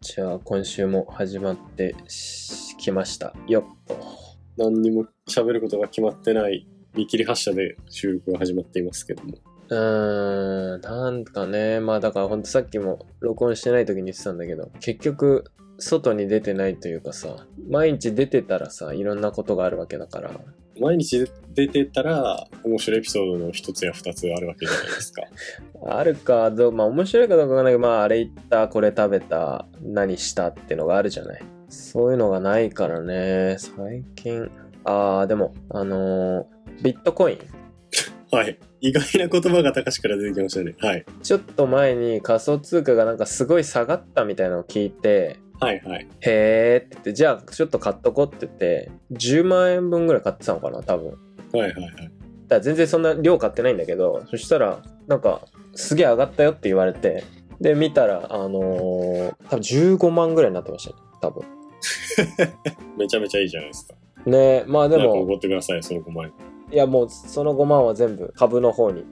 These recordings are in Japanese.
じゃあ今週も始まってしきましたよっと何にも喋ることが決まってない見切り発車で収録が始まっていますけども。うーんなんかねまあだからほんとさっきも録音してない時に言ってたんだけど結局外に出てないというかさ毎日出てたらさいろんなことがあるわけだから毎日出てたら面白いエピソードの一つや二つあるわけじゃないですか。 あるかどうまあ面白いかどうかわかんないけどまああれ言ったこれ食べた何したってのがあるじゃないそういうのがないからね最近ああでもあのービットコインはい。意外な言葉が高しから出てきましたね。はい。ちょっと前に仮想通貨がなんかすごい下がったみたいなのを聞いて、はいはい。へーって言って、じゃあちょっと買っとこうって言って、10万円分ぐらい買ってたのかな、多分。だかはいはいはい。ら全然そんな量買ってないんだけど、そしたら、なんか、すげえ上がったよって言われて、で、見たら、あのー、多分15万ぐらいになってましたね、多分。めちゃめちゃいいじゃないですか。ねまあででも。おも、ごってください、その5万円。いやもうその5万は全部株の方に。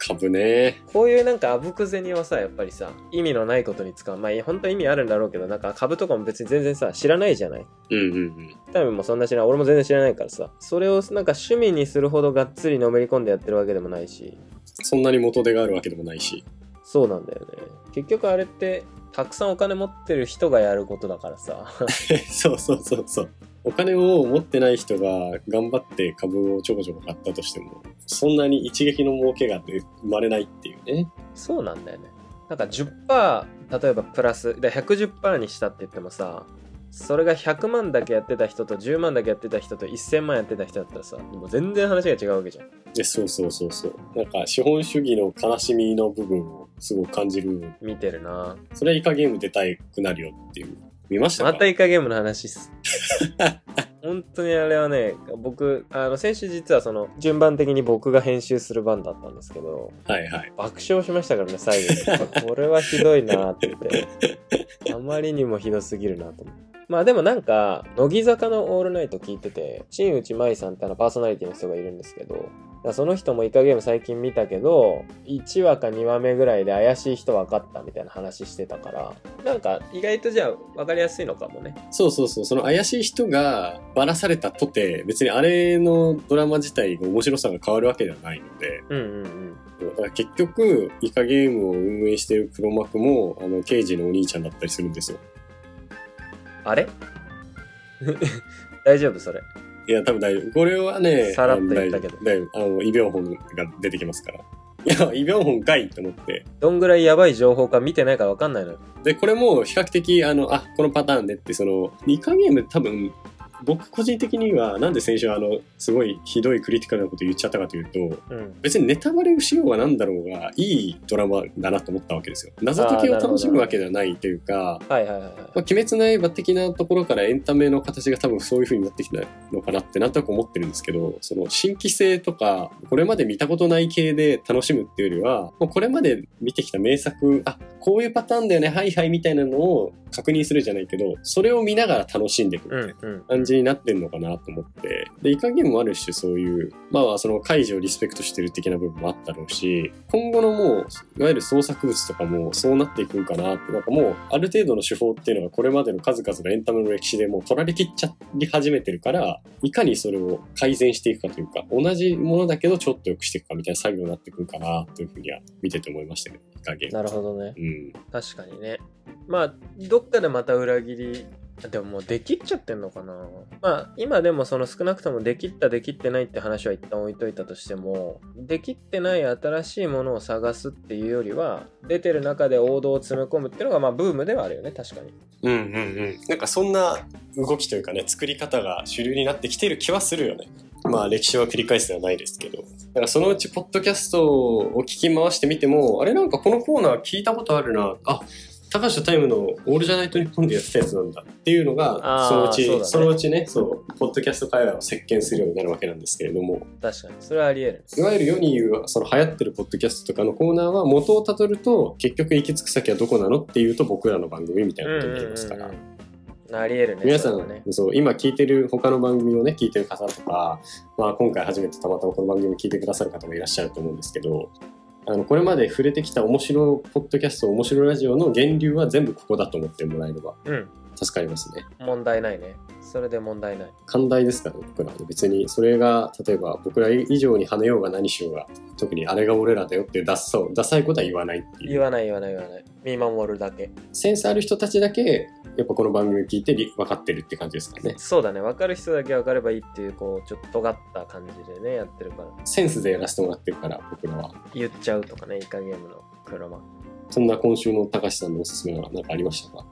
株ね。こういうなんかあぶく銭はさやっぱりさ意味のないことに使うまあ本当は意味あるんだろうけどなんか株とかも別に全然さ知らないじゃないうんうんうん。多分もうそんな知らない俺も全然知らないからさそれをなんか趣味にするほどがっつりのめり込んでやってるわけでもないしそんなに元手があるわけでもないし。 そうなんだよね結局あれってたくさんお金持ってる人がやることだからさそうそうそうそう。お金を持ってない人が頑張って株をちょこちょこ買ったとしても、そんなに一撃の儲けが生まれないっていうね。そうなんだよねなんか10%例えばプラスで110%にしたって言ってもさそれが100万だけやってた人と10万だけやってた人と1000万やってた人だったらさもう全然話が違うわけじゃんえそうそうそうそうなんか資本主義の悲しみの部分をすごく感じる見てるなそれはイカゲーム出たくなるよっていう見ましたかまたイカゲームの話っす本当にあれはね僕あの先週実はその順番的に僕が編集する番だったんですけどはいはい爆笑しましたからね最後これはひどいなってってあまりにもひどすぎるなと思ってまあでもなんか乃木坂の「オールナイト」聞いてて新内舞さんってあのパーソナリティの人がいるんですけどだからその人もイカゲーム最近見たけど1話か2話目ぐらいで怪しい人分かったみたいな話してたからなんか意外とじゃあ分かりやすいのかもねそうそうそうその怪しい人がバラされたとて別にあれのドラマ自体の面白さが変わるわけではないのでうんうんうんだから結局イカゲームを運営してる黒幕もあの刑事のお兄ちゃんだったりするんですよあれ 大丈夫それいや多分大丈夫これはねさらっと言ったけどあの大丈夫大丈夫あのイ・ビョンホンが出てきますからいやイ・ビョンホンかいと思ってどんぐらいやばい情報か見てないか分かんないのよでこれも比較的あのあこのパターンでってそのイカゲーム多分僕個人的にはなんで先週あのすごいひどいクリティカルなこと言っちゃったかというとうん別にネタバレをしようがなんだろうがいいドラマだなと思ったわけですよ謎解きを楽しむわけではないというかはいはいはいはいまあ、鬼滅の刃的なところからエンタメの形が多分そういう風になってきたのかなってなんとなく思ってるんですけど、その新規性とか、これまで見たことない系で楽しむっていうよりは、もうこれまで見てきた名作、あ、こういうパターンだよね、はいはいみたいなのを確認するじゃないけど、それを見ながら楽しんでいく。うんうん感じになってんのかなと思って。で、イカゲームもある種そういう、まあその解除をリスペクトしてる的な部分もあったろうし、今後のもう、いわゆる創作物とかもそうなっていくんかなって、なんかもう、ある程度の手法っていうのがこれまでの数々のエンタメの歴史でもう取られきっちゃり始めてるから、いかにそれを改善していくかというか、同じものだけどちょっと良くしていくかみたいな作業になってくるかなというふうには見てて思いましたね、イカゲーム。なるほどねうん。確かにねまあどっかでまた裏切りでももうできっちゃってんのかなまあ今でもその少なくともできったできってないって話は一旦置いといたとしてもできってない新しいものを探すっていうよりは出てる中で王道を詰め込むっていうのがまあブームではあるよね確かにうんうんうん、なんかそんな動きというかね作り方が主流になってきてる気はするよねまあ歴史は繰り返すではないですけどだからそのうちポッドキャストを聞き回してみてもあれなんかこのコーナー聞いたことあるなあ高橋とタイムの「オールじゃないと日本でやってたやつなんだっていうのがあーそのうちそそだうねのうちねそうポッドキャスト会話を席巻するようになるわけなんですけれども確かにそれはあり得るいわゆる世に言うその流行ってるポッドキャストとかのコーナーは元をたどると結局行き着く先はどこなのっていうと僕らの番組みたいなことになりますから。うんあり得るね皆さそんれはねそう今聞いてる他の番組をね聞いてる方とか、まあ、今回初めてたまたまこの番組を聞いてくださる方もいらっしゃると思うんですけどあのこれまで触れてきた面白ポッドキャスト面白ラジオの源流は全部ここだと思ってもらえればうん。助かりますね問題ないね。それで問題ない。寛大ですからね僕らはね別にそれが例えば僕ら以上に跳ねようが何しようが特にあれが俺らだよっていうダッサをダサいことは言わないっていう言わない言わない言わない。見守るだけ。センスある人たちだけやっぱこの番組聞いてり分かってるって感じですかねそうだね。分かる人だけ分かればいいっていう、こう、ちょっと尖った感じでね、やってるから。センスでやらせてもらってるから僕らは言っちゃうとかね、イカゲームの黒幕。そんな今週の高橋さんのおすすめは何かありましたか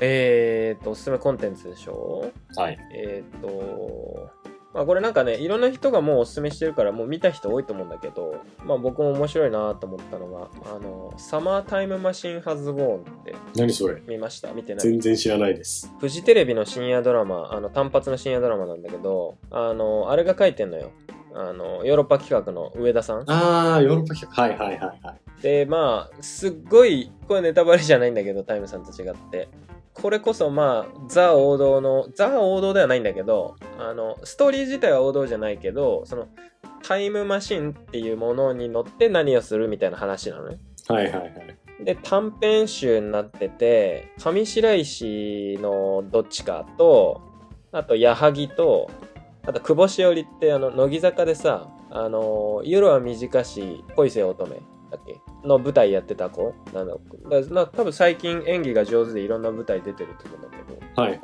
えーっと、おすすめコンテンツでしょはいえーっと、まあこれなんかね、いろんな人がもうおすすめしてるから、もう見た人多いと思うんだけど、まあ僕も面白いなと思ったのが、あの、サマータイムマシンハズボーンって何それ見ました見てない全然知らないですフジテレビの深夜ドラマ、あの単発の深夜ドラマなんだけど、あの、あれが書いてんのよ。あの、ヨーロッパ企画の上田さん。ああヨーロッパ企画はいはいはいはいで、まあ、すっごい、これネタバレじゃないんだけど、タイムさんと違って。これこそ、まあ、ザ王道の、ザ王道ではないんだけど、あの、ストーリー自体は王道じゃないけど、その、タイムマシンっていうものに乗って何をするみたいな話なのね。はいはいはいで短編集になってて上白石のどっちかとあと矢作とあと久保しおりってあの乃木坂でさ「あの夜は短し恋せよ乙女」だっけの舞台やってた子なんだだな多分最近演技が上手でいろんな舞台出てると思うんだけどはいはい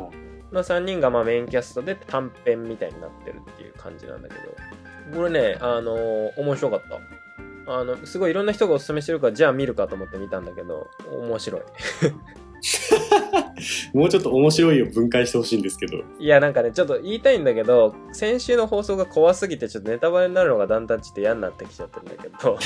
の3人がまあメインキャストで短編みたいになってるっていう感じなんだけどこれねあのー面白かったあのすごいいろんな人がおすすめしてるからじゃあ見るかと思って見たんだけど面白いもうちょっと面白いを分解してほしいんですけどいやなんかねちょっと言いたいんだけど先週の放送が怖すぎてちょっとネタバレになるのがだんだんちょっと嫌になってきちゃってるんだけど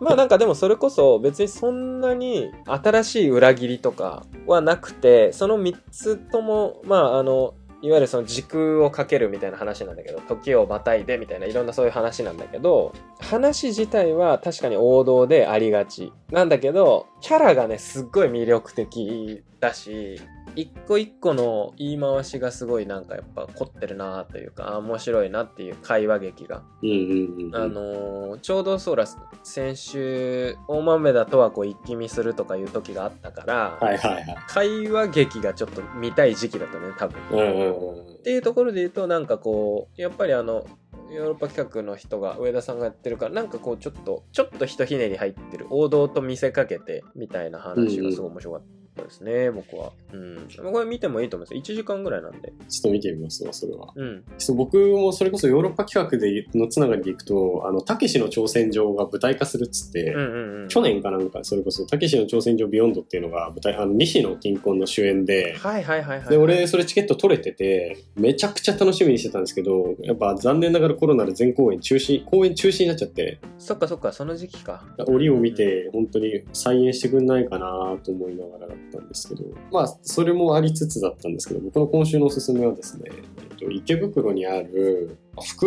まあなんかでもそれこそ別にそんなに新しい裏切りとかはなくてその3つともまああのいわゆるその時空をかけるみたいな話なんだけど時をまたいでみたいないろんなそういう話なんだけど話自体は確かに王道でありがちなんだけどキャラがねすっごい魅力的だし一個一個の言い回しがすごいなんかやっぱ凝ってるなというかあー面白いなっていう会話劇がうんうんうんあのーちょうどそうだ先週大豆田とはこう一気見するとかいう時があったから、はいはいはい会話劇がちょっと見たい時期だったね多分。うんうんうんうんっていうところで言うとなんかこうやっぱりあのヨーロッパ企画の人が上田さんがやってるからなんかこうちょっとちょっとひとひねり入ってる王道と見せかけてみたいな話がすごい面白かったですね、僕は。うん。これ見てもいいと思います。1時間ぐらいなんで。ちょっと見てみますわそれはうん。そう僕もそれこそヨーロッパ企画でのつながりでいくと「あのたけしの挑戦状」が舞台化するっつって、うんうんうん。去年かなんかそれこそ「たけしの挑戦状ビヨンド」っていうのが舞台あの西野金婚の主演で。はいはいはいはい。で俺それチケット取れててめちゃくちゃ楽しみにしてたんですけどやっぱ残念ながらコロナで全公演中止公演中止になっちゃってそっかそっか、その時期か。折を見て本当に再演してくんないかなと思いながらだったんですけどまあそれもありつつだったんですけど僕の今週のおすすめはですね、えっと、池袋にある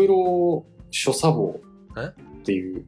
袋書作房えっていう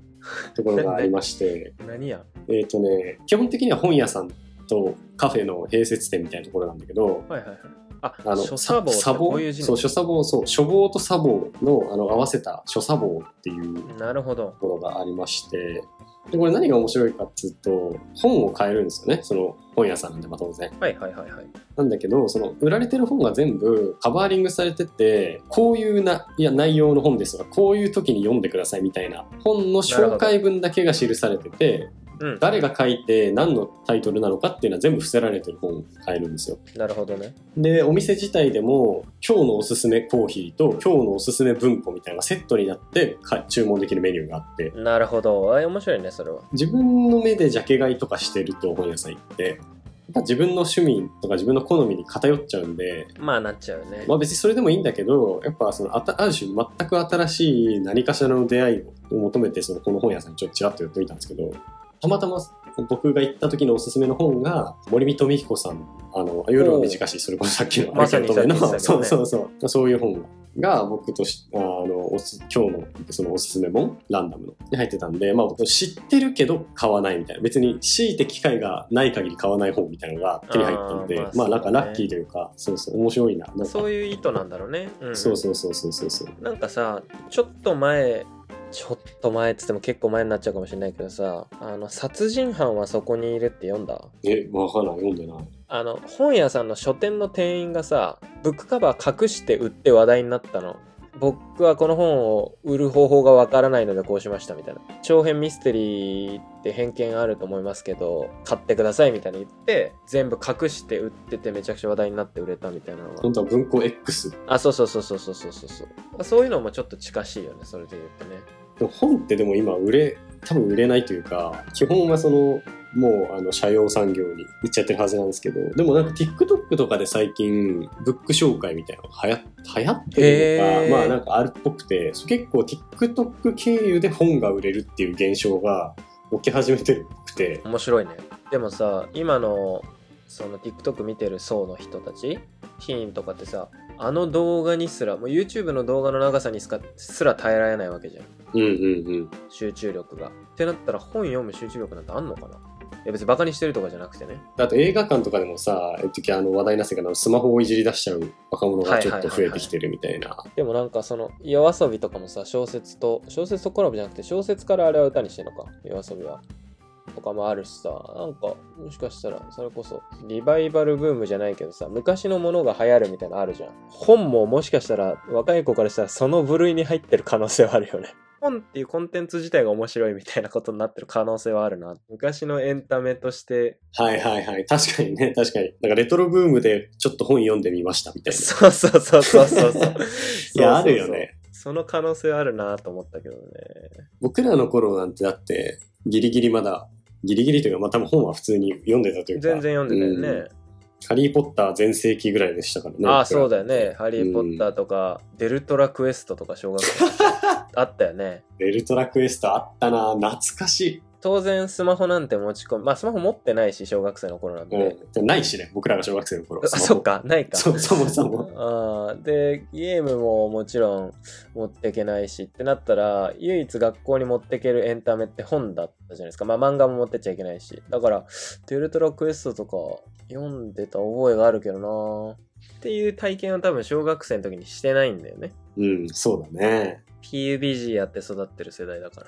ところがありまして 何やえっとね基本的には本屋さんとカフェの併設店みたいなところなんだけどはいはいはい。あ、あの書作房ってさこういう字そう書作房そう書房と作房のあの合わせた書作房っていうなるほどと。ころがありましてでこれ何が面白いかっつうと本を買えるんですよねその本屋さんなんでまあ当然はいはいはいはい。なんだけどその売られてる本が全部カバーリングされててこういうないや内容の本ですとかこういう時に読んでくださいみたいな本の紹介文だけが記されててうん。誰が書いて何のタイトルなのかっていうのは全部伏せられてる本を買えるんですよなるほどね。でお店自体でも今日のおすすめコーヒーと今日のおすすめ文庫みたいなのがセットになってか注文できるメニューがあってなるほど。あ面白いね、それは。自分の目でジャケ買いとかしてると本屋さん行ってやっぱ自分の趣味とか自分の好みに偏っちゃうんで、まあなっちゃうね。まあ、別にそれでもいいんだけどやっぱそのあたある種全く新しい何かしらの出会いを求めてそのこの本屋さんにちょっとちらっと寄ってみたんですけどたまたま僕が行った時のおすすめの本が森見富彦さんあの夜は短しそれこそさっきのまさに有吉乙女のさっき言ってたけどそうねそうそうそういう本が僕としあのおす今日のそのおすすめ本ランダムのに入ってたんで、まあ、僕知ってるけど買わないみたいな別に強いて機会がない限り買わない本みたいなのが手に入ったんであーまあまあなんそかうだねラッキーというかそうそう面白いななんかそういう意図なんだろうね。うん、そうそうそうそうそうそうなんかさ、ちょっと前、ちょっと前っつっても結構前になっちゃうかもしれないけどさ、あの、殺人犯はそこにいるって読んだえ、わからん、読んでない。あの、本屋さんの書店の店員がさ、ブックカバー隠して売って話題になったの。僕はこの本を売る方法がわからないのでこうしましたみたいな。長編ミステリーって偏見あると思いますけど、買ってくださいみたいに言って、全部隠して売っててめちゃくちゃ話題になって売れたみたいなのが。本当は文庫 X。あ、そうそうそうそうそうそうそう。そういうのもちょっと近しいよね、それで言うとね。でも本ってでも今売れ、多分売れないというか、基本はその、もうあの社用産業に行っちゃってるはずなんですけど、でもなんか TikTok とかで最近、ブック紹介みたいなのが流行流行ってるへーのか、まあなんかあるっぽくて、そう結構 TikTok 経由で本が売れるっていう現象が起き始めてるっぽくて、面白いねでもさ今のその TikTok 見てる層の人たちティーンとかってさあの動画にすらもう YouTube の動画の長さにすかすら耐えられないわけじゃんうんうんうん。集中力がってなったら本読む集中力なんてあんのかないや別にバカにしてるとかじゃなくてねあと映画館とかでもさ、一時あの話題になってたけど、スマホをいじり出しちゃう若者がちょっと増えてきてるみたいな。でもなんかその夜遊びとかもさ小説と小説とコラボじゃなくて小説からあれは歌にしてんのか夜遊びはとかもあるしさなんかもしかしたらそれこそリバイバルブームじゃないけどさ昔のものが流行るみたいなのあるじゃん本ももしかしたら若い子からしたらその部類に入ってる可能性はあるよね本っていうコンテンツ自体が面白いみたいなことになってる可能性はあるな昔のエンタメとしてはいはいはい。確かにね、確かに。なんかレトロブームでちょっと本読んでみましたみたいな。そうそうそうそうそうそう いやそうそうそうあるよねその可能性はあるなと思ったけどね僕らの頃なんてだって、ギリギリまだ、ギリギリというか、まあ多分本は普通に読んでたというか。全然読んでたよね、うんハリー・ポッター全盛期ぐらいでしたからね。ああそうだ。だよね「ハリー・ポッター」とか「デルトラクエスト」とか小学校あったよ ねエルトラクエストあったな懐かし当然スマホなんて持ち込むまあスマホ持ってないし小学生の頃なんい。で、うん。ないしね、僕らが小学生の頃。 あそっかないかスマホ。そう、そもそも。あーでゲームももちろん持ってけないしってなったら唯一学校に持ってけるエンタメって本だったじゃないですかまあ漫画も持ってっちゃいけないしだから「デルトラクエスト」とか読んでた覚えがあるけどなっていう体験を多分小学生の時にしてないんだよねうん、そうだね。 PUBG やって育ってる世代だから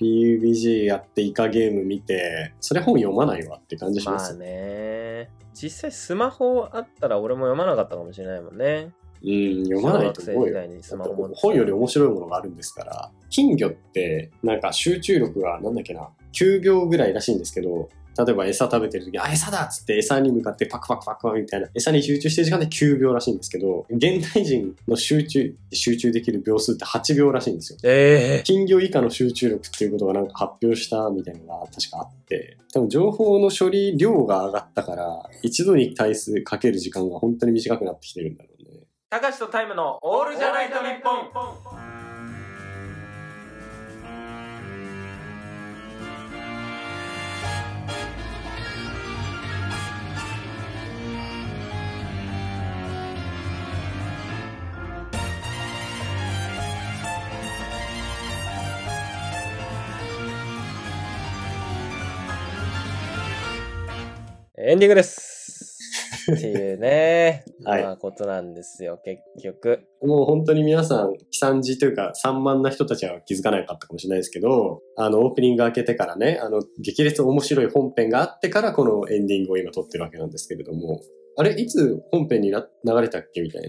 PUBG やってイカゲーム見て、それ本読まないわって感じしまますあよね。ね実際スマホあったら俺も読まなかったかもしれないもんねうん、読まない小学と思う生時よ。代にスマホ持って本より面白いものがあるんですから、金魚ってなんか集中力がなんだっけな、9秒ぐらいらしいんですけど、例えば餌食べてる時に、あ、餌だっつって餌に向かってパクパクパクパクみたいな、餌に集中してる時間で9秒らしいんですけど、現代人の集中、集中できる秒数って8秒らしいんですよ。え金魚以下の集中力っていうことがなんか発表したみたいなのが確かあって、多分情報の処理量が上がったから、一度に対するかける時間が本当に短くなってきてるんだろうね。たかしとタイムのオールじゃないと日本エンディング です。っていうね、 はいまあことなんですよ、結局。もう本当に皆さん、悲惨事というか、散漫な人たちは気づかなかったかもしれないですけど、あの、オープニング開けてからね、あの、激烈面白い本編があってから、このエンディングを今撮ってるわけなんですけれども、あれ、いつ本編にな流れたっけみたい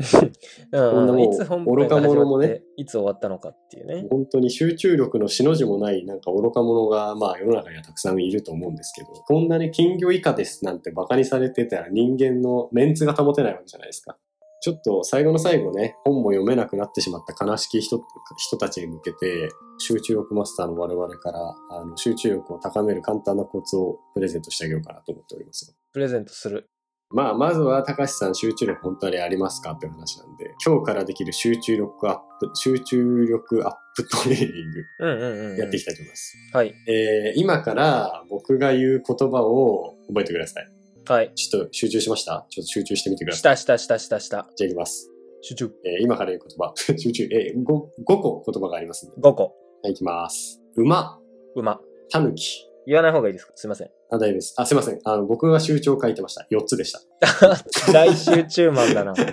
な。うんんなもういつ本編が愚か始者まもっねて、いつ終わったのかっていうね。本当に集中力のしの字もない、なんか愚か者が、まあ世の中にはたくさんいると思うんですけど、こんなに金魚以下ですなんて馬鹿にされてたら人間のメンツが保てないわけじゃないですか。ちょっと最後の最後ね、本も読めなくなってしまった悲しき人人たちに向けて、集中力マスターの我々から、あの、集中力を高める簡単なコツをプレゼントしてあげようかなと思っておりますよ。プレゼントする。まあ、まずは、高橋さん、集中力本当にありますかっていう話なんで、今日からできる集中力アップ、集中力アップトレーニング、うんうんうん。やっていきたいと思います。はい。えー今から僕が言う言葉を覚えてください。はい。ちょっと集中しましたちょっと集中してみてくだしさい。たしたしたしたした。じゃあいきます。集中。えー今から言う言葉。 集中。えー、5, 個言葉がありますんで。 5個。はい、いきます。馬、馬。タヌキ。言わない方がいいですかすいません。あ、大丈夫です。あ、すいません。あの、僕が集中を書いてました。4つでした。 大集中マンだな。はい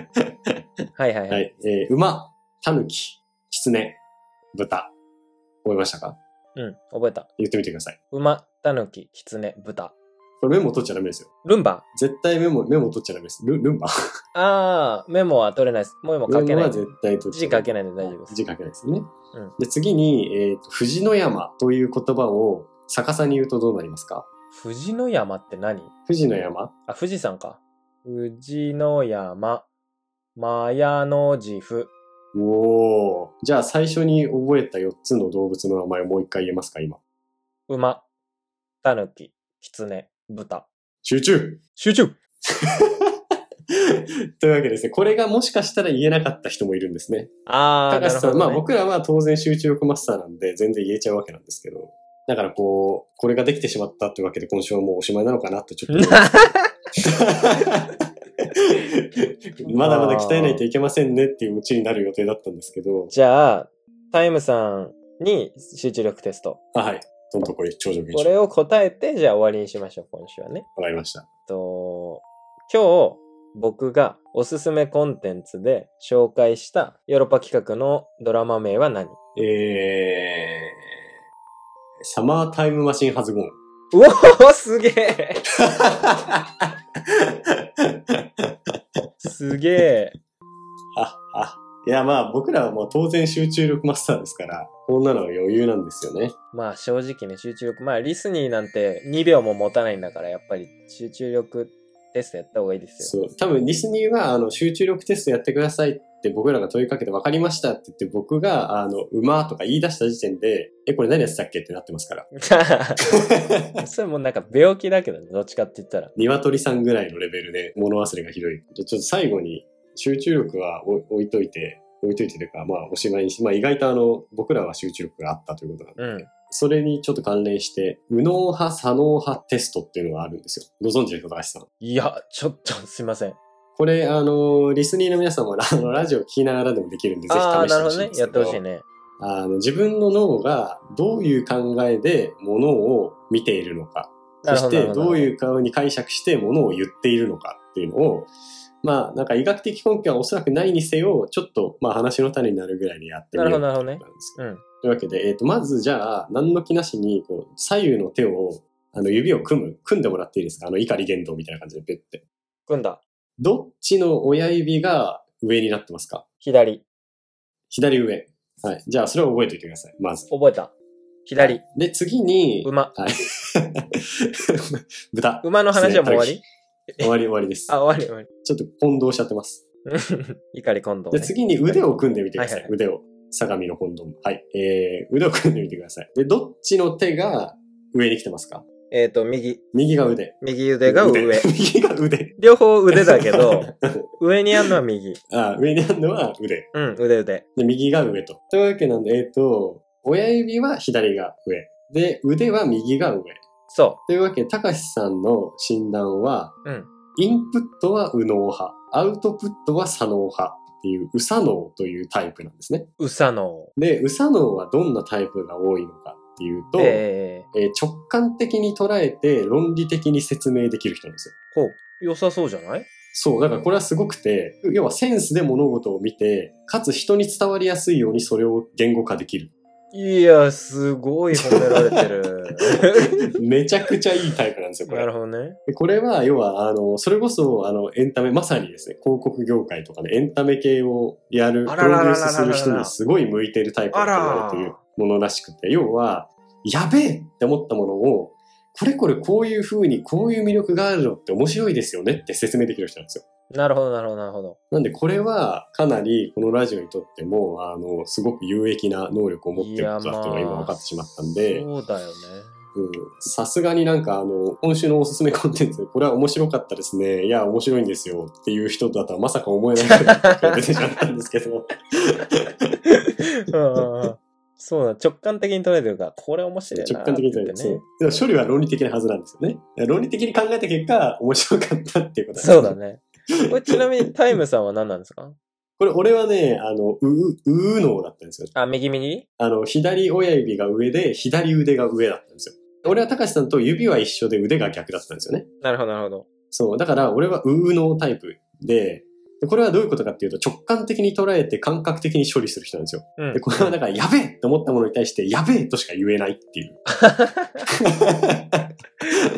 はいは。はいい。えー馬、タヌキ、キツネ、豚。覚えましたかうん、覚えた。言ってみてください。馬、タヌキ、キツネ、豚。これメモ取っちゃダメですよ。ルンバ絶対メモ、メモ取っちゃダメです。ルルンバあー、メモは取れないです。もう今書けメな。モはい絶対取っち字ゃダ書メけないので大丈夫です。字書けないですうね。んで、次に、えっ、と、富士の山という言葉を逆さに言うとどうなりますか富士の山って何富士の山あ、富士山か。富士の山、マヤの字符。おお。じゃあ最初に覚えた4つの動物の名前をもう一回言えますか、今。馬、タヌキ、キツネ、豚。集中 集中というわけですね。これがもしかしたら言えなかった人もいるんですね。あー、高な橋るさん、ほまど、あね。僕らは当然集中力マスターなんで全然言えちゃうわけなんですけど。だからこう、これができてしまったというわけで今週はもうおしまいなのかなとちょっと思います。 まだまだ鍛えないといけませんねっていうオチになる予定だったんですけど、 じゃあ、タイムさんに集中力テスト。あはい。どんどんこれ、頂上現こ象。れを答えて、じゃあ終わりにしましょう、今週はね。わかりました。えっと、今日僕がおすすめコンテンツで紹介したヨーロッパ企画のドラマ名は何えー、サマータイムマシンハズゴーン。うおおすげえすげえあ、あ。いや、まあ僕らはもう当然集中力マスターですから、こんなのは余裕なんですよね。まあ正直ね集中力まあリスニーなんて2秒も持たないんだからやっぱり集中力テストやった方がいいですよ。そう。多分、リスニーは、あの、集中力テストやってくださいって僕らが問いかけて分かりましたって言って、僕が、あの、馬とか言い出した時点で、え、これ何やってたっけってなってますから。 それもうなんか病気だけどねどっちかって言ったら。鶏さんぐらいのレベルで物忘れがひどい。じゃあちょっと最後に集中力はお置いといて、置いといてというか、まあおしまいにし、まあ意外とあの、僕らは集中力があったということなんうで、ん。それにちょっと関連して、右脳派、左脳派テストっていうのがあるんですよ。ご存知ですか、高橋さん。いやちょっとすいません。これ、あの、リスニーの皆さんもあのラジオ聞きながらでもできるんで、ぜひ試ああーしてなるほほしどいんねですやけってど。ほしいね。あの自分の脳がどういう考えで物を見ているのか、なるほどそしてなるほど。どういう顔に解釈して物を言っているのかっていうのを、まあなんか医学的根拠はおそらくないにせよ、ちょっとまあ話の種になるぐらいにやってみなるようほとど思なるほどったねんで。すけど。うん。というわけで、えっ、と、まずじゃあ、何の気なしに、こう、左右の手を、あの、指を組む、組んでもらっていいですかあの、怒り言動みたいな感じでペッて。組んだ。どっちの親指が上になってますか左。左上。はい。じゃあ、それを覚えておいてください。まず。覚えた。左。で、次に、馬。はい。 豚。馬の話はもう終わり終わり終わりです。あ、終わりちょっと混同しちゃってます。終わり。怒り今度、で、ね。次に腕を組んでみてくださはいい。はい腕を。相模の混同。はい。えー、腕を組んでみてください。で、どっちの手が上に来てますかえっ、と、右。右が腕。右腕が上。右が腕。 両方腕だけ ど、上にあるのは右。あー上にあるのは腕。うん、腕腕。で、右が上と。というわけなんで、えっ、と、親指は左が上。で、腕は右が上。そというわけで、高橋さんの診断は、うんインプットは右脳派、アウトプットは左脳派っていう、右左脳というタイプなんですね。う。うさの。で、右左脳はどんなタイプが多いのかっていうと、ええー直感的に捉えて論理的に説明できる人なんですよ。ー、ほう。良さそうじゃないそう、だからこれはすごくて、要はセンスで物事を見て、かつ人に伝わりやすいようにそれを言語化できる。いや、すごい褒められてる。めちゃくちゃいいタイプなんですよ、こ れな。るほどね。でこれは、要は、あの、それこそ、あの、エンタメ、まさにですね、広告業界とかね、エンタメ系をやる、プあロらデらららららュースする人にすごい向いているタイプだと言われているものらしくて、要は、やべえって思ったものを、これこれこういう風に、こういう魅力があるのって面白いですよねって説明できる人なんですよ。なるほど、なるほど、なるほど。なんで、これは、かなり、このラジオにとっても、あの、すごく有益な能力を持っていることだっていうのが今分かってしまったんで、そうだよね。うんさすがになんかあの、今週のおすすめコンテンツ、これは面白かったですね。いや、面白いんですよっていう人だとはまさか思えないことが出てしまったんです けど。うんうんうんそうだ、直感的に捉えてるから、これ面白いな直感的にって言言うってとそねう。でも処理は論理的なはずなんですよね。論理的に考えた結果、面白かったっていうことそうだ。ね。これちなみにタイムさんは何なんですかこれ、俺はね、あの、う、う、ううのだったんですよ。あ、右右あの、左親指が上で、左腕が上だったんですよ。俺は高橋さんと指は一緒で腕が逆だったんですよね。なるほど、なるほど。そう、だから俺はううのタイプで、でこれはどういうことかっていうと直感的に捉えて感覚的に処理する人なんですよ。うんで、これはだから、やべえと思ったものに対して、やべえとしか言えないっていう。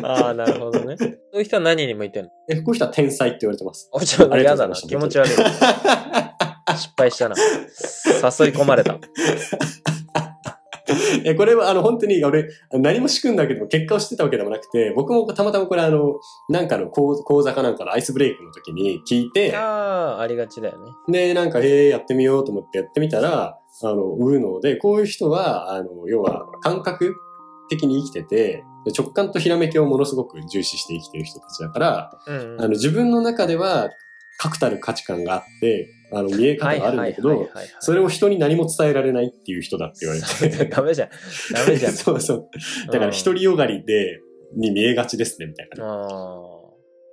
ああ、なるほど ね。そういう人は何に向いてんのえ、こういう人は天才って言われて ます。おちょっとあり嫌がとだうごな。ざいます気持ち悪い。失敗したな。誘い込ま れた。え、これはあの、本当に俺、何も仕組んだわけでも結果を知ってたわけでもなくて、僕もたまたまこれあの、なんかの講講座かなんかのアイスブレイクの時に聞いて、ああ、ありがちだよね。で、なんか、へえ、やってみようと思ってやってみたら、あの、ウーノで、こういう人は、あの、要は、感覚的に生きてて、で直感とひらめきをものすごく重視して生きてる人たちだから、うん、あの、自分の中では、確たる価値観があって、あの、見えは方いがはあいるんはだいけはいど、はい。それを人に何も伝えられないっていう人だって言われて。 ダメじゃん。ダメじゃん。 そうそう。だから、独りよがりで、に見えがちですね、みたいなうん。。あ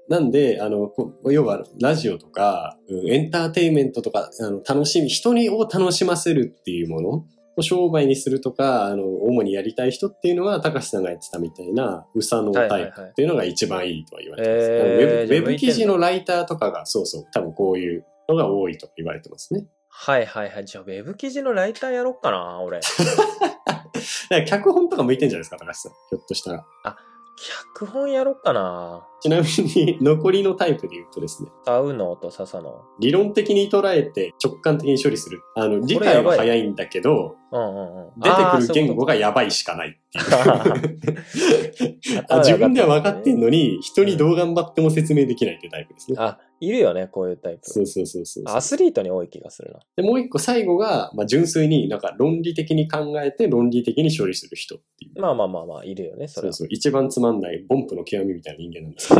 なんで、あの、こ要は、ラジオとか、うんエンターテインメントとか、あの、楽しみ、人にを楽しませるっていうものを商売にするとか、あの、主にやりたい人っていうのは、高橋さんがやってたみたいな、うさのあ。タはイいはプっいはい。ていうのが一番いいとは言われてます。えーあのウェブじゃあウェブ記事のライターとかが、そうそう、多分こういうのが多いと言われてますね。はいはいはい。じゃあ、ウェブ記事のライターやろっかな、俺。だから脚本とか向いてんじゃないですか、高橋さん。ひょっとしたら。脚本やろっかな。ちなみに、残りのタイプで言うとですね、サウノと笹の。理論的に捉えて直感的に処理する。あの、理これやばい解は早いんだけど、うんうんうん。出てくる言語がややばいしかないっていう頭が自分では分かってんんののに、人にどう頑張っても説明できないっていうタイプですね。あ、いるよね、こういうタイそプ。うそうそうそう。アスリートに多い気がするな。で、もう一個最後が、まあ、純粋になんか論理的に考えて論理的に処理する人っていう。まあまあまあまあ、いるよね、そそれうは。そう。一番つまんない、ボンプの極みみたいな人間なんですけどうん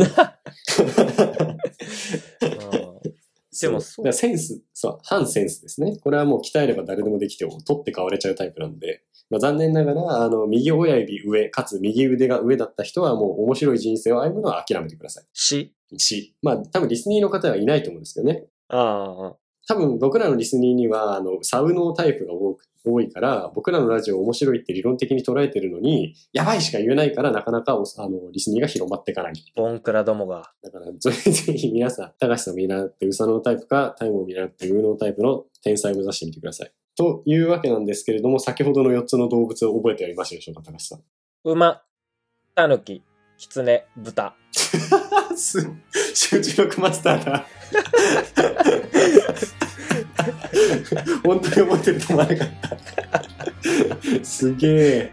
でもそうだからセンス、そう、反センスですね。これはもう鍛えれば誰でもできて、取って代われちゃうタイプなんで、まあ、残念ながら、あの、右親指上、かつ右腕が上だった人はもう面白い人生を歩むのは諦めてくださし。い。し、まあ、多分リスニーの方はいないと思うんですけどね。あ多分僕らのリスニーには、あの、サウノータイプが多く、多いから、僕らのラジオ面白いって理論的に捉えてるのに、やばいしか言えないから、なかなかお、あの、リスニーが広まっていかなあ、い。ボンクラどもが。だから、 ぜひぜひ皆さん、高橋さんを見習って、うさのタイプか、タイムを見習って、うのタイプの天才を目指してみてください。というわけなんですけれども、先ほどの4つの動物を覚えておりましたでしょうか、高橋さ馬、タヌキ、キツネ、豚。ん。す集中力マスターだ。本当に覚えてると思わなかった。すげえ。